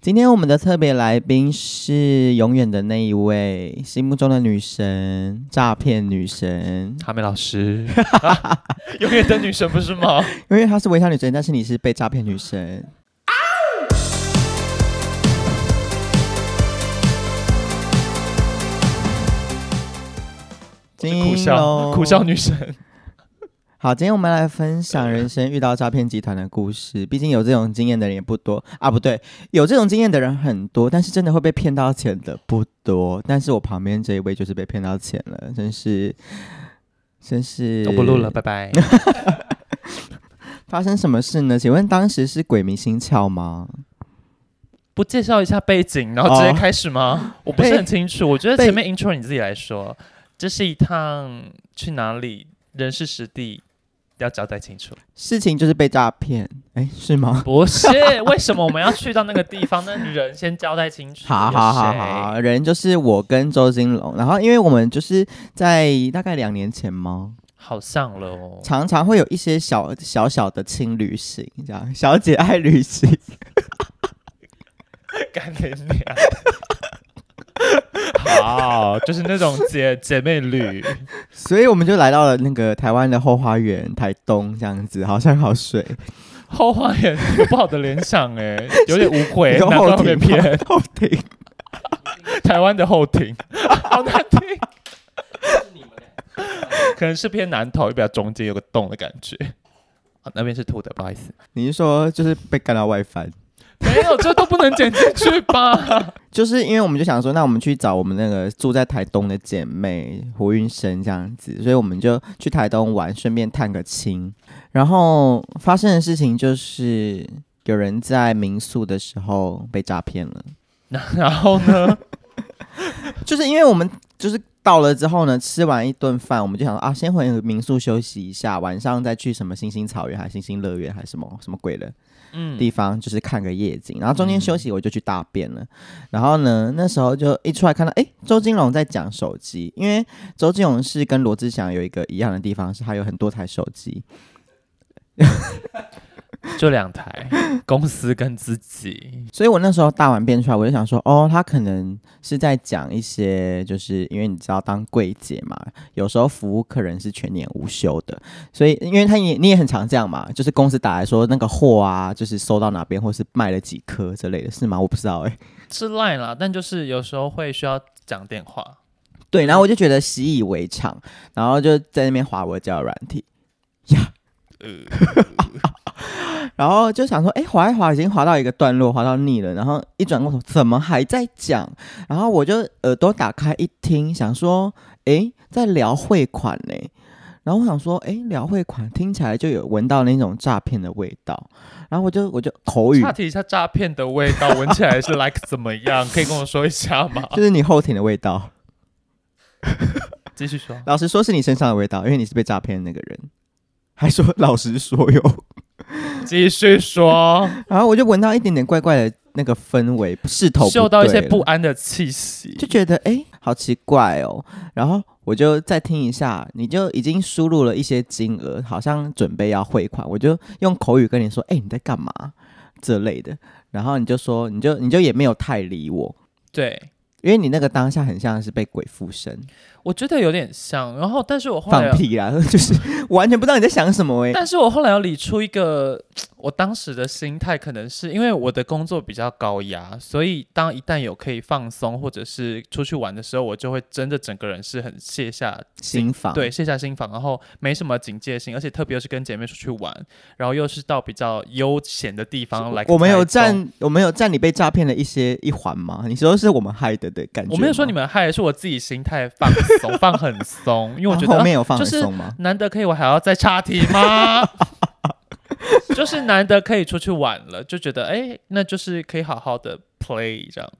今天我们的特别来宾是永远的那一位，心目中的女神，诈骗女神。哈梅老师，嗯 永远的女神不是吗？因为她是微笑女神，但是你是被诈骗女神。是苦笑苦笑女神。好，今天我们来分 享人生遇到诈骗集团的故事。毕竟有这种经验的人也不多啊，不对，有这种经验的人很多，但是真的会被骗到钱的不多。但是我旁边这一位就是被骗到钱了，真是，真是。我不录了，拜拜。发生什么事呢？请问当时是鬼迷心窍吗？不介绍一下背景，然后直接开始 吗？我不是很清楚。我觉得前面 intro 你自己来说，这是一趟去哪里，人事实地。要交代清楚，事情就是被诈骗，哎，是吗？不 是，为什么我们要去到那个地方？那人先交代清楚。好好好好，人就是我跟周金龙，然后因为我们就是在大概两年前吗？好像了哦， 常常会有一些小小小的轻旅行，这样小姐爱旅行，干你娘！ 好，就是那种姐姐妹旅， 所以我们就来到了那个台湾的后花园，台东这样子，好山好水。后花园有不好的联想哎、 欸，有点误会，有难怪后会被庭 骗。后庭，台湾的后 庭，好难听。可能是偏南头，又比较中间有个洞的感觉。啊，那边是凸的，不好意思。你是说就是被干到外翻？没有，这都不能剪进去 吧？就是因为我们就想说，那我们去找我们那个住在台东的姐妹胡云生这样子，所以我们就去台东玩，顺便探个亲。然后发生的事情就是，有人在民宿的时候被诈骗了，然后呢？就是因为我们就是。到了之后呢，吃完一顿饭，我们就想说啊，先回民宿休息一下，晚上再去什么星星草原，还是星星乐园，还是什么什么鬼的，嗯，地方，就是看个夜景，然后中间嗯休息我就去大便了。然后呢，那时候就一出来看到，哎，周金龙在讲手机，因为周金龙是跟罗志祥有一个一样的地方，是他有很多台手机。就两台，公司跟自己。所以我那时候大完便出来，我就想说，哦，他可能是在讲一些，就是因为你知道当柜姐嘛，有时候服务客人是全年无休的，所以因为他也你也很常这样嘛，就是公司打来说那个货啊，就是收到哪边或是卖了几颗之类的，是吗？我不知道哎、是 Line 啦，但就是有时候会需要讲电话。对，然后我就觉得习以为常，然后就在那边划我交友软体呀， 然后就想说，哎，划一划已经划到一个段落，划到腻了，然后一转过头，怎么还在讲？然后我就耳朵打开一听，想说，哎，在聊汇款呢、然后我想说，哎，聊汇款听起来就有闻到那种诈骗的味道，然后我就我就口语岔，题一下，诈骗的味道闻起来是 like 怎么样？可以跟我说一下 吗？就是你后庭的味道。继续说。老实说，是你身上的味道，因为你是被诈骗的那个人。还说老实说哟，继续说，然后我就闻到一点点怪怪的那个氛围，势 头嗅到一些不不对了，安的气息就。觉得哎、诶好奇怪哦。然后我就再听一下，你就已经输入了一些金额，好像准备要汇款，我就用口语跟你说，哎、你在干嘛这类的。然后你就说，你就你就也没有太理我，对，因为你那个当下很像是被鬼附身，我觉得有点像。然后，但是我后来放，屁啦， 就是完全不知道你在想什么哎、啊但是我后来要理出一个，我当时的心态可能是因为我的工作比较高压，所以当一旦有可以放松或者是出去玩的时候，我就会真的整个人是很卸下心房对，卸下心防，然后没什么警戒心，而且特别是跟姐妹出去玩，然后又是到比较悠闲的地方来。我们有，占，我们有占你被诈骗的一些一环吗？你说是我们害的的感觉吗？哦我没有说你们害，是我自己心态放松，放很松，因为我啊 觉得、后啊面有放就很是松吗？难得可以，我还要再插题吗？ 就是难得可以出去玩了，就觉得哎、那就是可以好好的 play 这样。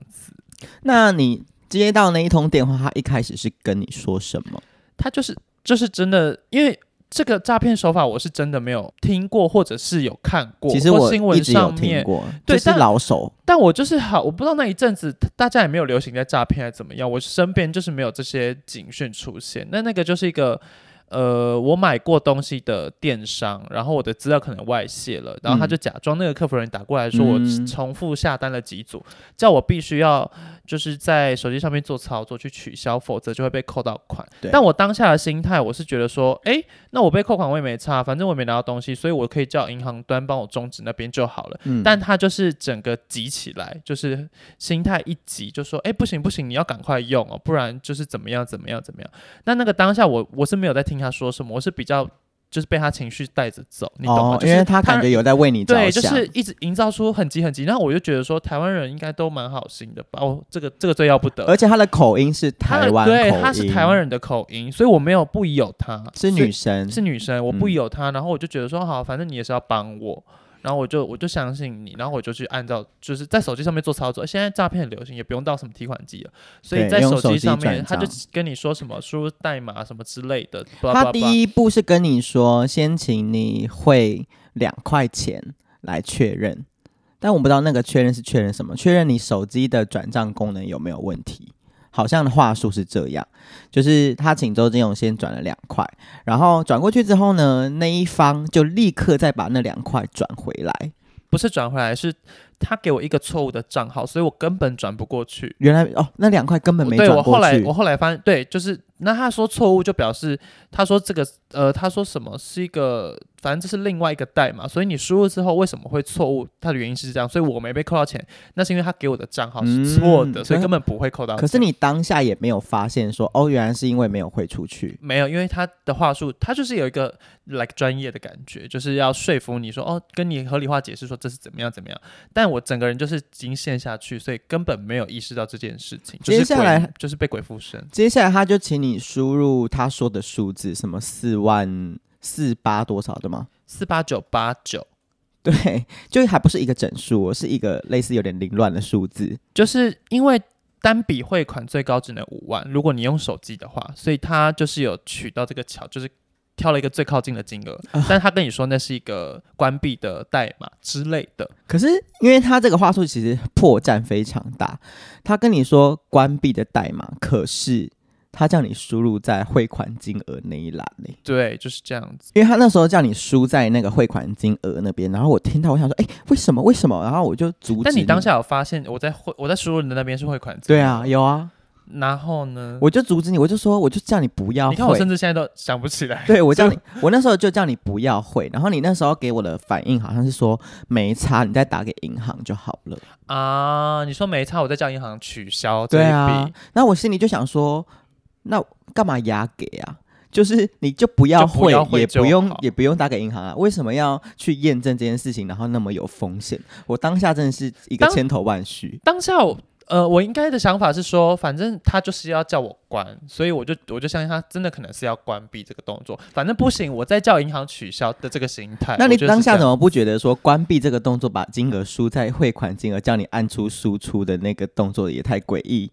那你接到那一通电话，他一开始是跟你说什么？他就是就是真的，因为这个诈骗手法我是真的没有听过，或者是有看过，其实或我新一闻直有上听面过，对就是但老手，但我就是好，我不知道那一阵子大家也没有啊流行在诈骗还是怎么样，我身边就是没有这些警讯出现。那那个就是一个呃，我买过东西的电商，然后我的资料可能外泄了，然后他就假装那个客服人打过来说，我嗯重复下单了几组，叫我必须要就是在手机上面做操作去取消，否则就会被扣到款对。但我当下的心态，我是觉得说，诶，那我被扣款我也没差，反正我也没拿到东西，所以我可以叫银行端帮我终止那边就好了。嗯，但他就是整个急起来，就是心态一急，就说：“哎、不行不行，你要赶快用哦，不然就是怎么样怎么样怎么样。”那那个当下我我是没有在听他说什么，我是比较就是被他情绪带着走，你懂吗？哦，就是因为他感觉有在为你着对，就想，是一直营造出很急很急，然后我就觉得说台湾人应该都蛮好心的吧，哦，这个这个最要不得。而且他的口音是他台湾口音，对他是台湾人的口音，所以我没有不疑有他是所以女生，是女生，我不嗯有她，然后我就觉得说好，反正你也是要帮我，然后我就我就相信你，然后我就去按照就是在手机上面做操作。现在诈骗很流行，也不用到什么提款机了，所以对在用手手机机上转面他就账跟你说什么输入代码什么之类的，blah 他 blah 第 blah 一步是跟你说，先请你汇两块钱来确认，但我不知道那个确认是确认什么，确认你手机的转账功能有没有问题。好像话术是这样，就是他请周金勇先转了两块，然后转过去之后呢，那一方就立刻再把那两块转回来。不是转回来，是他给我一个错误的账号，所以我根本转不过去。原来哦，那两块根本没对转我后过来，去我。后来发现，对，就是那他说错误，就表示他说这个呃，他说什么是一个，反正这是另外一个代码，所以你输入之后为什么会错误？它的原因是这样，所以我没被扣到钱，那是因为他给我的账号是错的，嗯所以根本不会扣到钱。可是你当下也没有发现说，哦，原来是因为没有汇出去。没有，因为他的话术，他就是有一个 like 专业的感觉，就是要说服你说哦，跟你合理化解释说这是怎么样怎么样。但我整个人就是已经陷下去，所以根本没有意识到这件事情。就是接下来鬼就是被鬼附身。接下来他就请你输入他说的数字，什么四万四八多少的 吗？四八九八九，对，就还不是一个整数哦，是一个类似有点凌乱的数字。就是因为单笔汇款最高只能五万，如果你用手机的话，所以他就是有取到这个巧，就是挑了一个最靠近 的金额，啊但他跟你说那是一个关闭的代码之类的，可是因为他这个话术其实破绽非常大，他跟你说关闭的代码，可是他叫你输入在汇款金额那一栏嘞，对，就是这样子。因为他那时候叫你输在那个汇款金额那边，然后我听到我想说，哎、为什么为什么？然后我就阻止。但你当。下有发现我在汇我在输入你的那边是汇款金对额啊，，有啊，然后呢？我就阻止你，我就说，我就叫你不要你看我汇甚至现在都想不起 来，对我叫你，我那时候就叫你不要汇，然后你那时候给我的反应好像是说没差，你再打给银行就好了。啊，你说没差，我再叫银行取消这一对笔，啊然后我心里就想说，那干嘛压给啊？就是你就不要就不汇，要汇也就不用好也不用打给银行啊，为什么要去验证这件事情，然后那么有风险？我当下真的是一个当千头万绪。当下我呃，我应该的想法是说，反正他就是要叫我关，所以我就我就相信他真的可能是要关闭这个动作。反正不行，我再叫银行取消的这个形态。那你当下怎么？么不觉得说关闭这个动作，把金额输在汇款金额，叫你按出输出的那个动作也太诡异？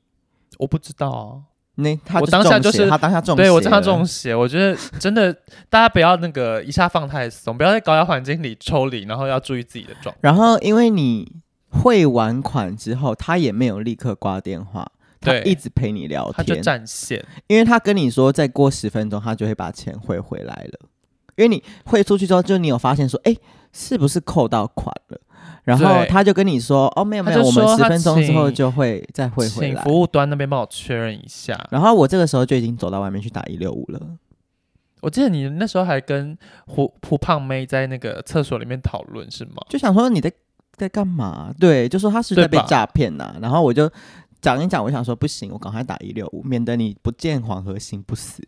我不知道啊。那他我就当下中就邪是他当下中对我邪真的了中邪，啊我觉得真的大家不要那个一下放太松，不要在高压环境里抽离，然后要注意自己的状态。然后因为你汇完款之后，他也没有立刻挂电话，他对一直陪你聊他就哦天，占线，因为他跟你说再过十分钟他就会把钱汇回来了。因为你汇出去之后，就你有发现说，哎，是不是扣到款了？然后对他就跟你说，哦，没有没有，他就我们说十他分钟之后请就会再汇回请来。服务端那边帮我确认一下。然后我这个时候就已经走到外面去打一六五了。我记得你那时候还跟胡胡胖妹在那个厕所里面讨论是吗？就想说你在在干嘛？对，就说他是在被对吧诈骗呐。然后我就讲一讲，我想说不行，我赶快打一六五，免得你不见黄河心不死。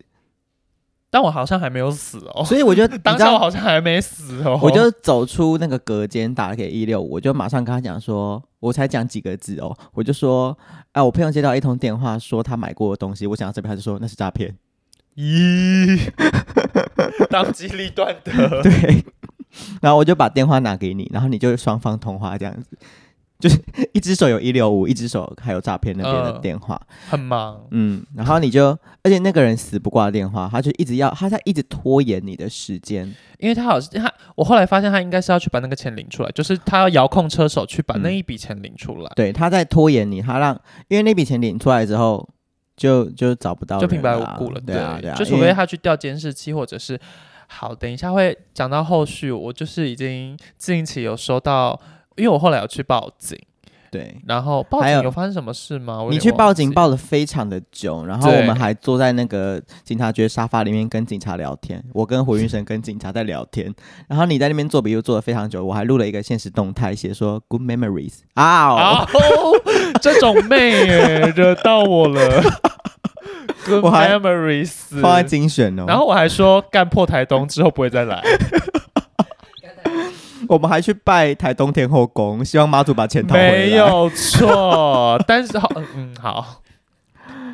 但我好像还没有死哦。所以我就 你当知下我道，好像还没死哦，我就走出那个隔间，打给一六五，我就马上跟他讲说，我才讲几个字哦，我就说，啊，我朋友接到一通电话，说他买过的东西，我想要这边，他就说那是诈 骗。 咦，当机立断的，对， 然后我就把电话拿给你，然后你就双方通话这样子。就是一只手有一六五，一只手还有诈骗那边的嗯电话，很忙。嗯，然后你就，而且那个人死不挂电话，他就一直要，他在一直拖延你的时间。因为他好像他，我后来发现他应该是要去把那个钱领出来，就是他要遥控车手去把嗯那一笔钱领出来。对，他在拖延你，他让，因为那笔钱领出来之后，就就找不到、就平白无故了，对啊，对啊，就除非他去调监视器，或者是好，等一下会讲到后续，我就是已经近期有收到，因为我后来有去报警，对。然后报还警有有发生什么事吗？我有你点去忘报警记，报的非常的久，然后对我们还坐在那个警察局的沙发里面跟警察聊天，我跟胡云生跟警察在聊天，然后你在那边做笔录做的非常久，我还录了一个现实动态，写说 good memories 啊、啊、这种妹耶，惹到 我了。Good 我还 memories，放在精选哦。然后我还说干破台东之后不会 再来，我们还去拜台东天后宫，希望妈祖把钱讨回来。没有错。但是好，嗯，好，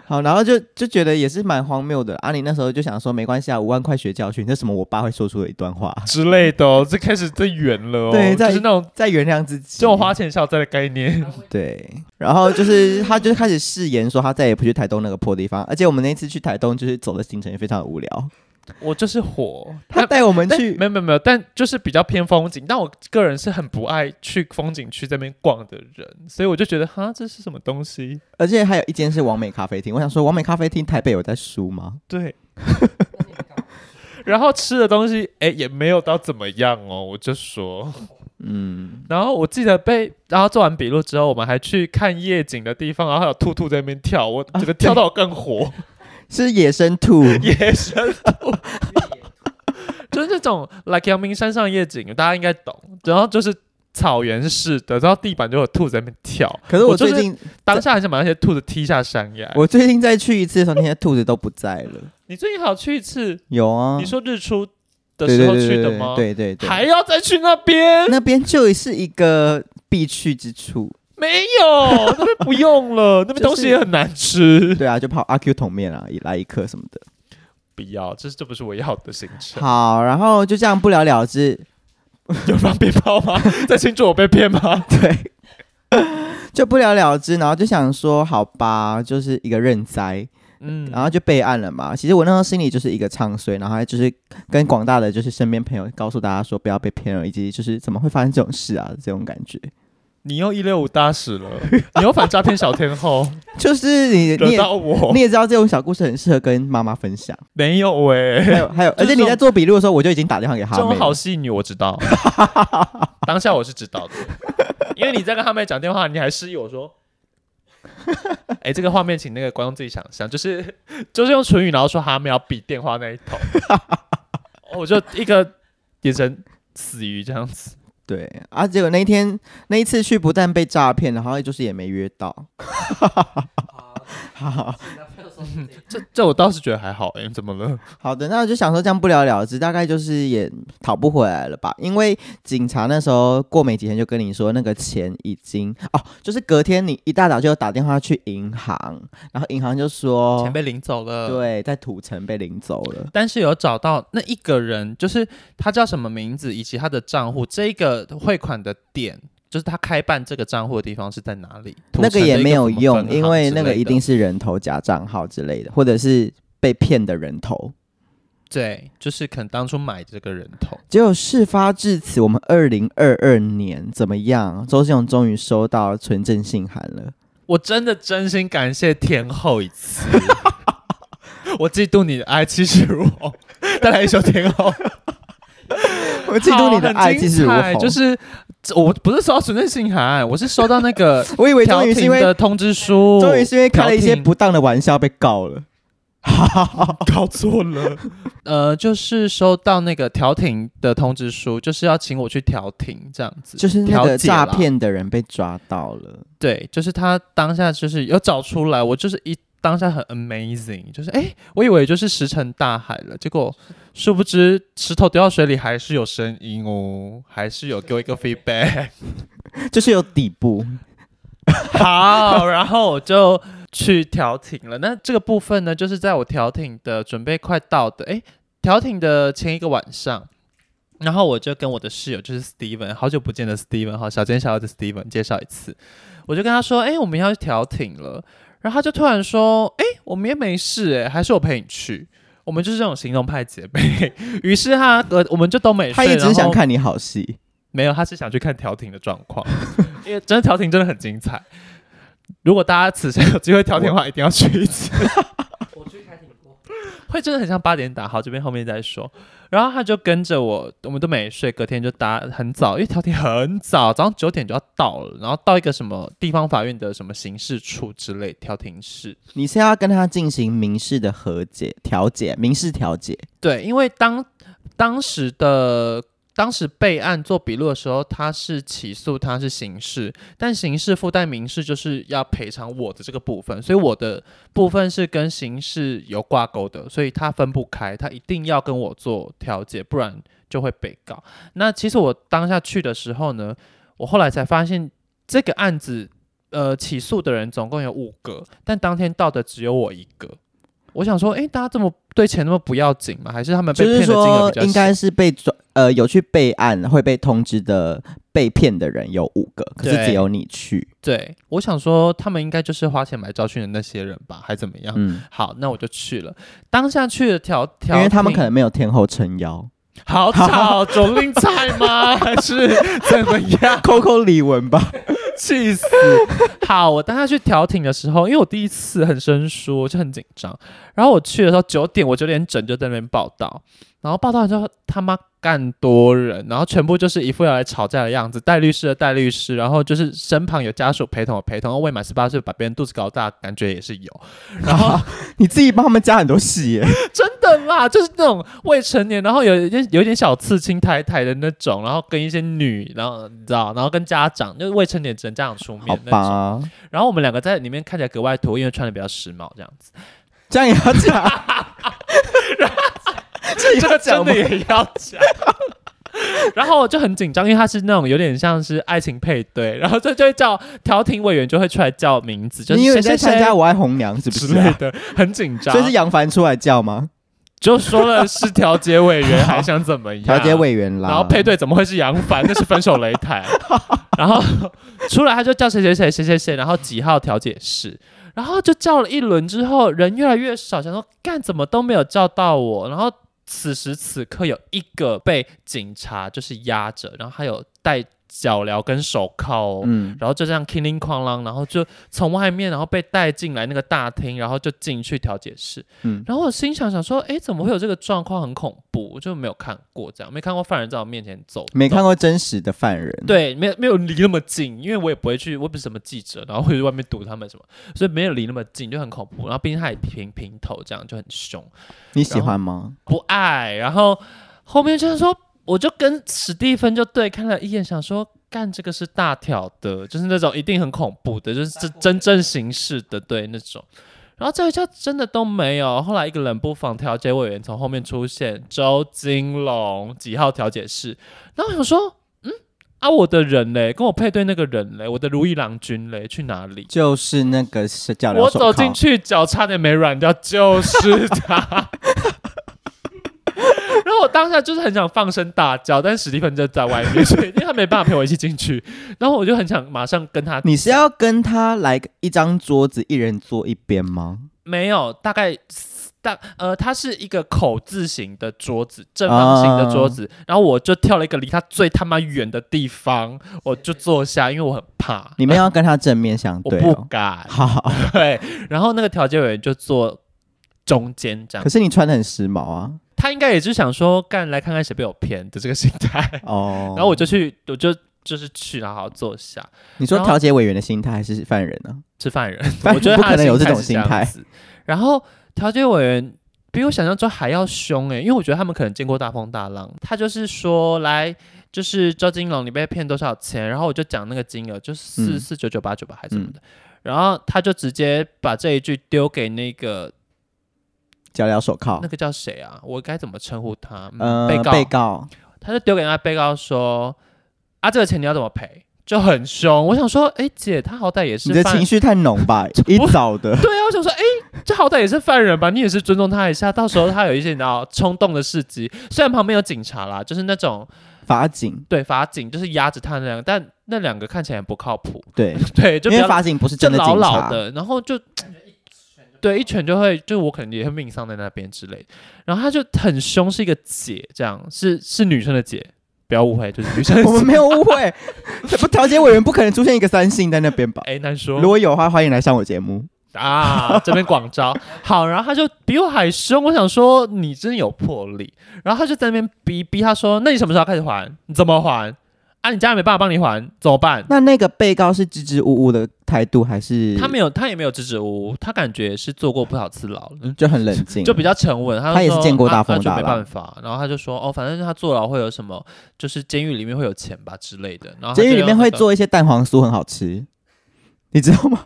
好，然后就就觉得也是蛮荒谬的啊。你那时候就想说没关系啊，五万块学教训，这是什么我爸会说出的一段 话，之类的哦，这开始这远了哦，对在就是那种再原谅自己。这种花钱消灾的概念。对，然后就是他就开始誓言说他再也不去台东那个破地方，而且我们那次去台东就是走的行程也非常无聊，我就是火，他 但带我们但去没有没有没有，但就是比较偏风景。但我个人是很不爱去风景区这边逛的人，所以我就觉得哈，这是什么东西？而且还有一间是完美咖啡厅，我想说完美咖啡厅台北有在输吗？对。然后吃的东西，哎、也没有到怎么样哦，我就说。嗯，然后我记得被，然后做完笔录之后，我们还去看夜景的地方，然后还有兔兔在那边跳，我 觉得跳到我更 火，是野生兔， 野生兔，就是这种 like 阳明山上夜景，大家应该懂。然后就是草原式的，然后地板就有兔子在那边跳，可是我我就最是近当下还想把那些兔子踢下山崖。我最近再去一次的时候，那些兔子都不在了。你最近好去一次，有啊，你说日出的对时对候对去对的对吗？对对对，还要再去那边？那边就是一个必去之 处。没 有，那边不用了，那边东西也很难吃。对啊，就泡阿 Q 桶面啊，一来一客什么的。不要，这这不是我要的行 程。好，然后就这样不了了之。 有放鞭炮 吗？在庆祝我被骗吗？对，就不了了之，然后就想说，好吧，就是一个认栽，嗯，然后就备案了嘛。其实我那时候心里就是一个唱衰，然后还就是跟广大的就是身边朋友告诉大家说不要被骗了，以及就是怎么会发生这种事啊，这种感觉。你又一六五大使了，你又反诈骗小天 后，就是你你惹也到我你。也知道这种小故事很适合跟妈妈分享，没有欸 喂、还有还有，就而是且这你种在做笔录的时候，我就已经打电话给这哈种妹好了。戏女我知道，当下我是知道的，因为你在跟他们讲电话，你还示意我说，哎、这个画面请那个观众自己想象，就是就是用唇语，然后说他们要比电话那一头，我就一个眼神死鱼这样子，对啊，结果那一天那一次去，不但被诈骗，然后就是也没约到。好，这这我倒是觉得还好，哎、怎么了？好的，那我就想说这样不了了之，大概就是也讨不回来了吧？因为警察那时候过没几天就跟你说，那个钱已经哦，就是隔天你一大早就打电话去银行，然后银行就说钱，被领走了，。对，在土城被领走了。但是有找到那一个人，就是他叫什么名字，以及他的账户，这一个汇款的点，就是他开办这个账户的地方是在哪里？那土个城的也一没有什么分用，行因为那之类个的一定是人头假账号之类的，或者是被骗的人头。对，就是可能当初买这个人头，结果事发至此，我们二零二二年怎么样？周志勇终于收到纯正信函 了。我真的真心感谢天后一次。 我嫉妒你的爱，其实我再来一首天后，我 嫉妒你的好爱，很精其实我彩红就是我不是收到纯正信函，我是收到那 个我以为调终于是因停为的通知书，终于是因为开了一调些停不当的玩笑被告了。 搞错了。呃，就是收到那个调停的通知书，就是要请我去调停这样子。就是那调个解诈啦骗的人被抓到了，对，就是他当下就是有找出来，我就是一当下很 amazing，就是哎、诶我以为就是石沉大海了，结果殊不知石头掉到水里还是有声音哦，还是有给我一个 feedback。就是有底部。 好，然后我就去调停了。那这个部分呢，就是在我调停的准备快到的，诶，调停的前一个晚上，然后我就跟我的室友，就是 Steven，好久不见的 Steven 哈，小尖小的 Steven 介绍一次，我就跟他说，诶，我们要去调停了，然后他就突然说，诶，我们也没事、诶，还是我陪你去。我们就是这种行动派姐妹， 于是他呃，我们就都没睡。他一直然想后看你好戏， 没有，他是想去看调停的状况，因为真的调停真的很精彩。如果大家此生有机会挑电话，一定要去一次。我去开庭过，会真的很像八点打好，这边后面再说。然后他就跟着我，我们都没睡，隔天就搭很早，因为调停很早，早上九点就要到了，然后到一个什么地方法院的什么刑事处之类调停室。你是要跟他进行民事的和解、调解、民事调解，对，因为当当时的当时备案做笔录的时候，他是起诉他是刑事，但刑事附带民事就是要赔偿我的这个部分，所以我的部分是跟刑事有挂钩的，所以他分不开，他一定要跟我做调解，不然就会被告。那其实我当下去的时候呢，我后来才发现这个案子。呃，起诉的人总共有五个，但当天到的只有我一个。我想说，诶，大家这么对钱那么不要紧吗？还是他们被就骗是的金额说比较应小该是被转呃有去备案会被通知的被骗的人有五个，可是对只有你去，对，我想说他们应该就是花钱买教训的那些人吧，还怎么样？嗯，好，那我就去了。当下去了调因调停，为他们可能没有天后撑腰，好吵，种令菜吗？还是怎么样？扣扣李玟吧， 气死！好，我当下去调停的时候，因为我第一次很生疏，我就很紧张。然后我去的时候九点，我九点整就在那边报道，然后报道完之后他妈干多人，然后全部就是一副要来吵架的样子，带律师的带律师，然后就是身旁有家属陪同的陪同，未满十八岁把别人肚子搞大，感觉也是有。然后你自己帮他们加很多戏耶，真的啦，就是那种未成年，然后有一点有一点小刺青太太的那种，然后跟一些女，然后你知道，然后跟家长，就是未成年只能家长出好面那种。吧，然后我们两个在里面看起来格外土，因为穿的比较时髦这样子。这样也要 讲，这也要哎讲吗这个真的？也要讲。 然后我就很紧张，因为他是那种有点像是爱情配对，然后这就会叫调停委员就会出来叫名字，就是你以为谁在谁参谁加《我爱红娘》是不之是类啊？的，很紧张。 所以是杨凡出来叫吗？就说了是调解委 员，还想怎么样？调解委员啦，然后配对怎么会是杨凡？那是分手擂台。然后出来他就叫谁谁谁谁谁谁，然后几号调解室，然后就叫了一轮之后，人越来越少，想说干怎么都没有叫到我。然后此时此刻有一个被警察就是压着，然后还有戴脚镣跟手铐哦。嗯，然后就这样叮铃哐啷，然后就从外面，然后被带进来那个大厅，然后就进去调解室。嗯然后我心想想说，诶，怎么会有这个状况？很恐怖，我就没有看过这样，没看过犯人在我面前走，没看过。过真实的犯人，，对，没有没有离那么近，因为我也不会去，我也不是什么记者，然后会去外面堵他们什么，所以没有离那么近，就很恐怖。然后毕竟他也平平头，这样就很凶。你喜欢吗？不爱，然后后面就是说，我就跟史蒂芬就对看了一眼，想说干这个是大条的，就是那种一定很恐怖的，就是真真正形式的对那种。然后这一就真的都没有。后来一个冷不防调解委员从后面出现，周金龙几号调解室，然后我想说，嗯啊，我的人嘞，跟我配对那个人嘞，我的如意郎君嘞，去哪里？就是那个是叫我走进去，脚差点没软掉，就是 他。然后我当下就是很想放声大叫，但是史蒂芬就在外面，所以因为他没办法陪我一起进去。然后我就很想马上跟他，你是要跟他来一张桌子，一人坐一边吗？没有大概四大呃，它是一个口字形的桌子，正方形的桌子。啊然后我就跳了一个离他最他妈远的地方，我就坐下，因为我很怕，你们要跟他正面相我对不哦。敢。好，对，然后那个调解委员就坐中间这样可。是你穿的很时髦啊。他应该也是想说，干来看看谁被我骗的这个心态。哦，然后我就去，我就就是去，然后好好坐下你说然后调解委员的心态还是犯人呢？吃饭 人。犯人我觉得不他可的能有这种是样心态子。然后调解委员比我想象中还要凶诶、欸因为我觉得他们可能见过大风大浪。他就是说，来，就是周金龙，你被骗多少钱？然后我就讲那个金额，就是四嗯四九九八九吧，还是什么的。然后他就直接把这一句丢给那个脚镣手铐那，个叫谁啊？我该怎么称呼他？嗯，哦呃，被告。被告，他就丢给那被告说：“啊，这个钱你要怎么赔？”就很凶。我想说，哎、姐，他好歹也是你的犯情绪太浓吧，一早的。 对啊，我想说，哎、这好歹也是犯人吧，你也是尊重他一下。到时候他有一些你知道冲动的事迹，虽然旁边有警察啦，就是那种法警，对法警，就是压着他那两个，但那两个看起来很不 靠谱，对，对， 就因比为较法警不是就真的老警老察，的，然后就。对，一拳就会，就我可能也会命丧在那边之类的。然后他就很凶，是一个姐，这样是是女生的姐，不要误会，就是女 生 我们没有误会，这不调解委员不可能出现一个三性在那边吧？哎难说如果有的话，欢迎来上我节目。啊， 这边广招好，然后他就比我还凶，我想说你真有魄力，然后他就在那边逼逼，他说那你什么时候开始还？你怎么还？啊，你家人没办法帮你还，怎么办？那那个被告是支支吾吾的态度，还是他没有，他也没有支支吾吾，他感觉是做过不少次牢了，就很冷静？就比较沉稳。他他也说是见过啊大反风正大就没浪办法。然后他就说哦，反正他坐牢会有什么，就是监狱里面会有钱吧之类的。然后他监狱就里面用那会个，做一些蛋黄酥，很好吃，你知 道吗？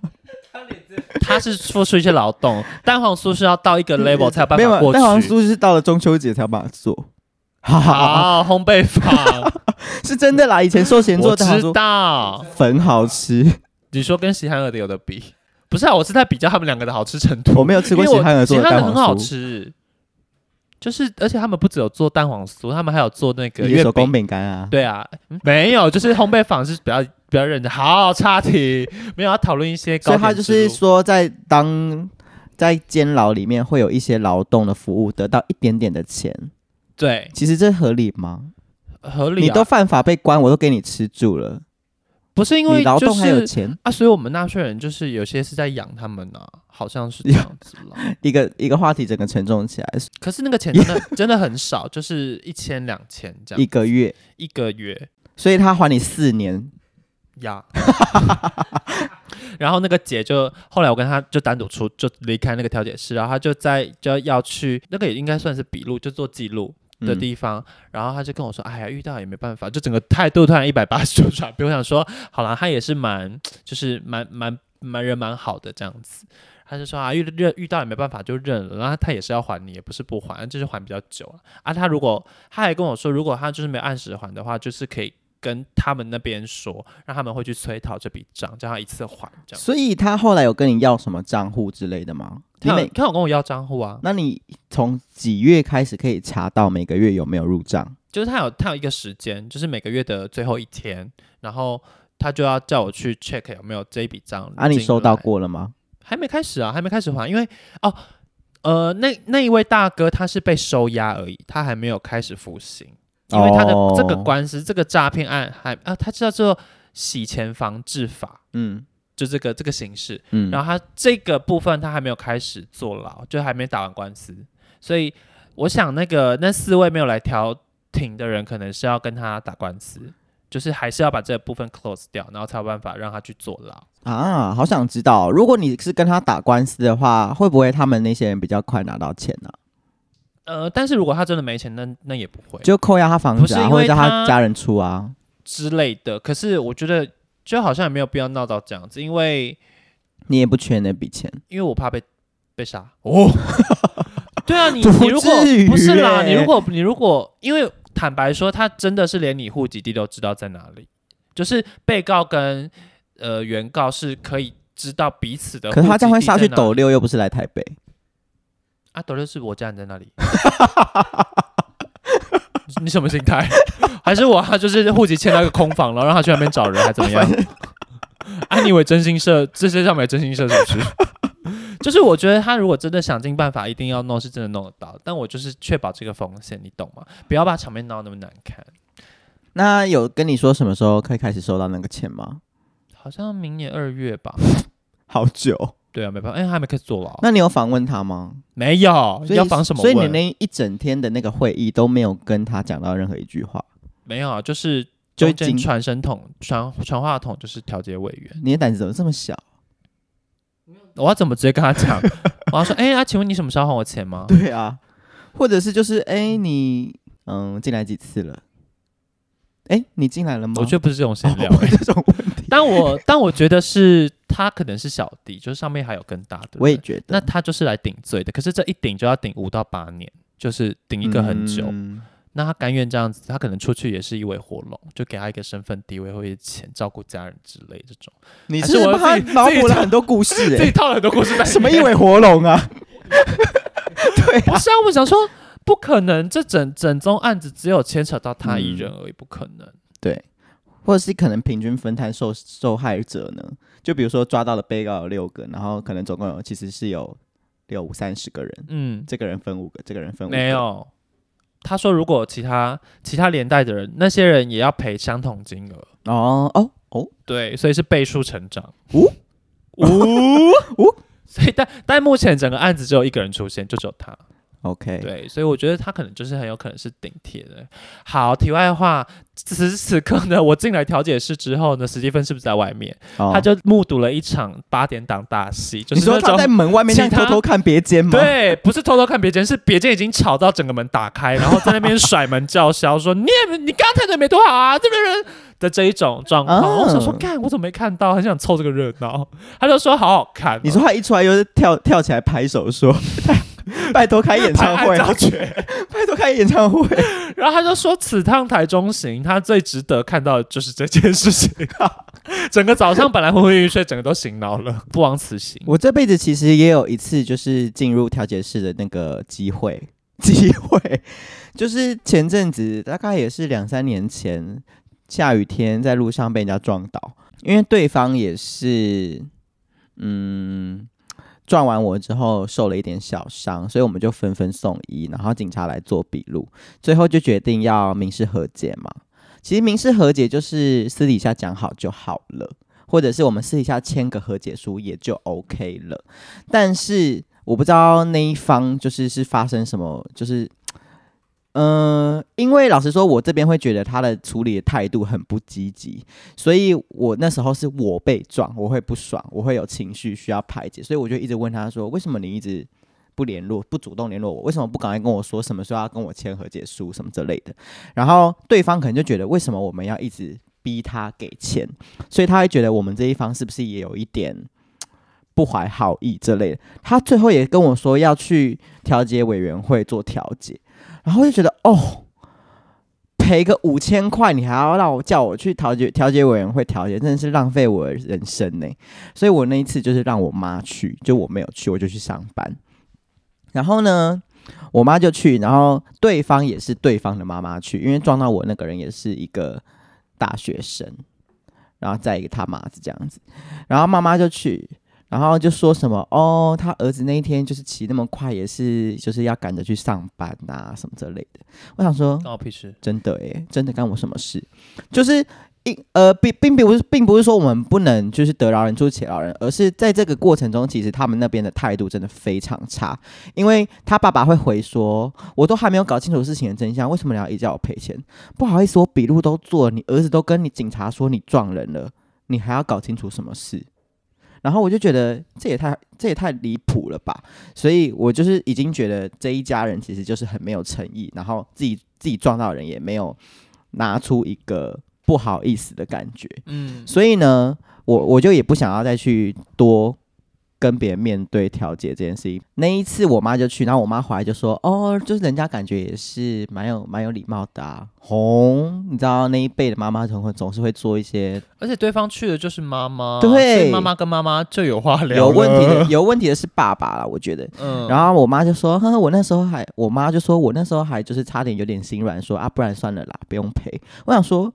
他脸真他是付出一些劳 动，蛋黄酥是要到一个 level 才有办没法有过去。蛋黄酥是到了中秋节才有办法做。哈哈哈哈，啊，烘焙坊。是真的啦！以前寿贤做我蛋黄知酥道，很好吃，你说跟喜憨儿的有的比，不是啊？我是在比较他们两个的好吃程度。我没有吃过因为喜我憨儿做的喜蛋憨儿黄酥，很好吃，就是而且他们不只有做蛋黄酥，他们还有做那个一个月手工饼。饼干啊。对啊，没有，就是烘焙坊是比较比较认真。好，差题没有要讨论一些所以高点他就是之路说，在当在监牢里面会有一些劳动的服务，得到一点点的钱，对其实这合理吗？合理、啊，你都犯法被关，我都给你吃住了，不是因你为劳就动还有是钱，啊，所以我们纳税人就是有些是在养他们呢、啊好像是这样子了。一个一个话题整个沉重起来，可是那个钱 真的真的很少，就是一千两千这样一个月，一个月所以他还你四年，呀。 然后那个姐就后来我跟她就单独出就离开那个调解室，然后她就在就要去那个也应该算是笔录，就做记录的嗯地方。然后她就跟我说：“哎呀，遇到也没办法。”就整个态度突然一百八十度转变。我想说，好啦，她也是蛮就是蛮蛮蛮人蛮好的这样子。她就说啊，遇认遇到也没办法就认了，然后她也是要还你，也不是不还，就是还比较久啊。啊，她如果她还跟我说，如果她就是没有按时还的话，就是可以跟他们那边说，让他们会去催讨这笔账，叫他一次还这样。所以他后来有跟你要什么账户之类的吗？你他有每，他有跟我要账户啊，那你从几月开始可以查到每个月有没有入账？就是他有他有一个时间，就是每个月的最后一天，然后他就要叫我去 check 有没有这一笔账。啊，你收到？过了吗？还没开始啊，还没开始还，因为哦。呃，那那一位大哥他是被收押而已，他还没有开始服刑，因为他的哦这个官司、这个诈骗案还啊，他知道这个洗钱防治法，嗯就这个这个形式，嗯，然后他这个部分他还没有开始坐牢，就还没打完官司，所以我想那个那四位没有来调停的人，可能是要跟他打官司，就是还是要把这部分 close 掉，然后才有办法让他去坐牢。啊，好想知道，如果你是跟他打官司的话，会不会他们那些人比较快拿到钱啊呢、呃，但是如果他真的没钱，那那也不会就扣押他房不子是啊，因或者为叫他他家人出啊？之类的。可是我觉得就好像也没有必要闹到这样子，因为你也不缺那笔钱，因为我怕被被杀哦。 对啊，你不你如果至于不是啦，欸你如果你如果因为坦白说，他真的是连你户籍地都知道在哪里，就是被告跟呃原告是可以知道彼此的户籍地在哪里。可是他这样会下去斗六，又不是来台北，啊，斗六是我家人在那里。 你什么心态？ 还是我他就是户籍迁到一个空房，然后让他去那边找人，还怎么样？ 啊，你以为真心社这世界上没有真心社是不是？ 就是我觉得他如果真的想尽办法，一定要弄，是真的弄得到。但我就是确保这个风险，你懂吗？不要把场面闹那么难看。那有跟你说什么时候可以开始收到那个钱吗？好像明年二月吧。好久，对啊，没办法，因为他还没开始坐牢。那你有访问他吗？没有，所以要防什么所问？以你那一整天的那个会议都没有跟他讲到任何一句话，没有啊，就是就中已间经传声筒、传传话筒就是调解委员。你的胆子怎么这么小？我要怎么直接跟 他讲？我要说，哎、啊，请问你什么时候还我钱吗？对啊，或者是就是哎、你嗯进来几次了？哎、你进来了吗？我觉得不是这种闲聊、欸哦这种问题，但我但我觉得是他可能是小弟，就是上面还有更大的人。我也觉得那他就是来顶罪的，可是这一顶就要顶五到八年，就是顶一个很久。嗯那他甘愿这样子，他可能出去也是一尾活龙，就给他一个身份地位或者钱，照顾家人之类这种。你还是是我帮他自己脑自己补了找很多故事、自己欸， 套了很多故事在里面。什么一尾活龙啊？不是啊，我想说，不可能，这整整宗案子只有牵扯到他嗯一人而已，不可能。对，或者是可能平均分摊受受害者呢？就比如说抓到的被告有六个，然后可能总共有其实是有六五三十个人，嗯，这个人分五个，这个人分五个，没有，他说如果其他其他连带的人，那些人也要赔相同金额，哦哦哦，对，所以是倍数成长。哦 哦所以但但目前整个案子只有一个人出现，就只有他。 ，OK，对，所以我觉得他可能就是很有可能是顶贴的。好，题外话，此时此刻呢，我进来调解室之后呢，史蒂芬是不是在外面？哦他就目睹了一场八点档大戏，就你是说那他种在门外面这样其他偷偷看别间吗？对，不是偷偷看别间，是别间已经吵到整个门打开，然后在那边甩门叫嚣说：“你也你刚才的没多好啊，这边人的这一种状况。啊我想说，干，我怎么没看到？很想凑这个热闹。他就说：“好好看哦、你说他一出来又是跳跳起来拍手说，拜托开演唱会拍，案造绝 拜托开演唱会，然后他就说：“此趟台中行，他最值得看到的就是这件事情。 整个早上本来昏昏欲睡，整个都醒脑了，不枉此行。我这辈子其实也有一次就是进入调解室的那个机会， 机会就是前阵子大概也是两三年前，下雨天在路上被人家撞倒，因为对方也是嗯撞完我之后受了一点小伤，所以我们就纷纷送医，然后警察来做笔录，最后就决定要民事和解嘛。其实民事和解就是私底下讲好就好了。或者是我们私底下签个和解书也就 OK 了。但是我不知道那一方就是是发生什么，就是。嗯，因为老实说，我这边会觉得他的处理的态度很不积极，所以我那时候是我被撞，我会不爽，我会有情绪需要排解，所以我就一直问他说，为什么你一直不联络，不主动联络我？为什么不赶快跟我说什么时候要跟我签和解书什么之类的？然后对方可能就觉得，为什么我们要一直逼他给钱？所以他会觉得我们这一方是不是也有一点不怀好意之类的。他最后也跟我说要去调解委员会做调解，然后我就觉得哦，赔个五千块，你还要让我叫我去调解调解委员会调解，真的是浪费我的人生呢。所以我那一次就是让我妈去，就我没有去，我就去上班。然后呢，我妈就去，然后对方也是对方的妈妈去，因为撞到我那个人也是一个大学生，然后再一个他妈子这样子，然后妈妈就去，然后就说什么哦，他儿子那一天就是骑那么快，也是就是要赶着去上班啊什么之类的。我想说，那我屁事。真的诶，真的干我什么事？就是一呃，并并不是，并不是说我们不能就是得饶人处且饶人，而是在这个过程中，其实他们那边的态度真的非常差。因为他爸爸会回说：“我都还没有搞清楚事情的真相，为什么你要一直叫我赔钱？不好意思，我笔录都做了，你儿子都跟你警察说你撞人了，你还要搞清楚什么事？”然后我就觉得这也太这也太离谱了吧，所以我就是已经觉得这一家人其实就是很没有诚意，然后自己自己撞到的人也没有拿出一个不好意思的感觉，嗯，所以呢，我我就也不想要再去多跟别人面对调解这件事情。那一次我妈就去，然后我妈回来就说：“哦，就是人家感觉也是蛮有蛮有礼貌的啊。”红，你知道那一辈的妈妈总会总是会做一些而且对方去的就是妈妈，对所以妈妈跟妈妈就有话聊。有问题的，有问题的是爸爸啦，我觉得。嗯，然后我妈就说：“呵呵，我那时候还，我妈就说我那时候还就是差点有点心软，说啊，不然算了啦，不用赔。”我想说，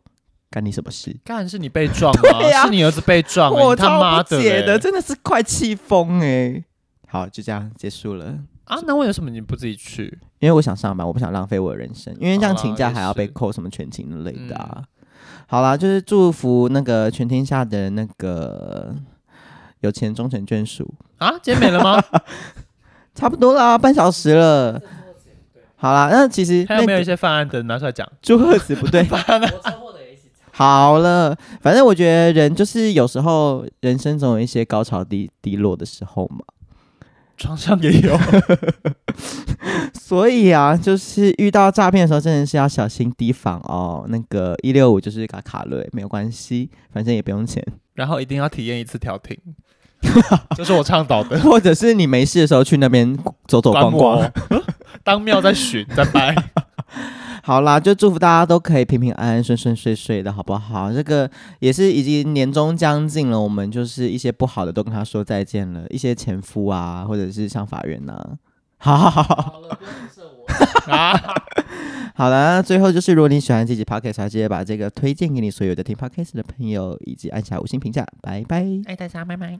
干你什么事？干是你被撞吗？对啊是你儿子被撞、欸，我你他妈超不解的的，嘞真的是快气疯哎！好，就这样结束了，啊！那为什么你不自己去？因为我想上班，我不想浪费我的人生，因为这样好啦请假也还要被是嗯扣什么全勤之类的啊。好啦，就是祝福那个全天下的那个有钱终成眷属，啊，今天没了吗？差不多啦，半小时了。好啦，那其实还有那 没有一个些犯案的拿出来讲？祝贺词不对，我车祸的也一起惨。 好了，反正我觉得人就是有时候人生总有一些高潮低低落的时候嘛， 床上也有，所以啊，就是遇到诈骗的时候，真的是要小心提防哦。那个一六五就是卡卡瑞，没有关系，反正也不用钱。 然后一定要体验一次调 停，这是我倡导的。或者是你没事的时候去那边走走逛我逛。哦，当庙在巡在拜。 好啦，就祝福大家都可以平平安安、顺顺遂遂的，好不好？这个也是已经年终将近了，我们就是一些不好的都跟他说再见了，一些前夫啊，或者是上法院呐、 好好好好。好了，不要影射我。啊，好了，那最后就是如果你喜欢这集 podcast，还记得把这个推荐给你所有的听 podcast 的朋友，以及按下五星评价。拜拜。爱大家，拜拜。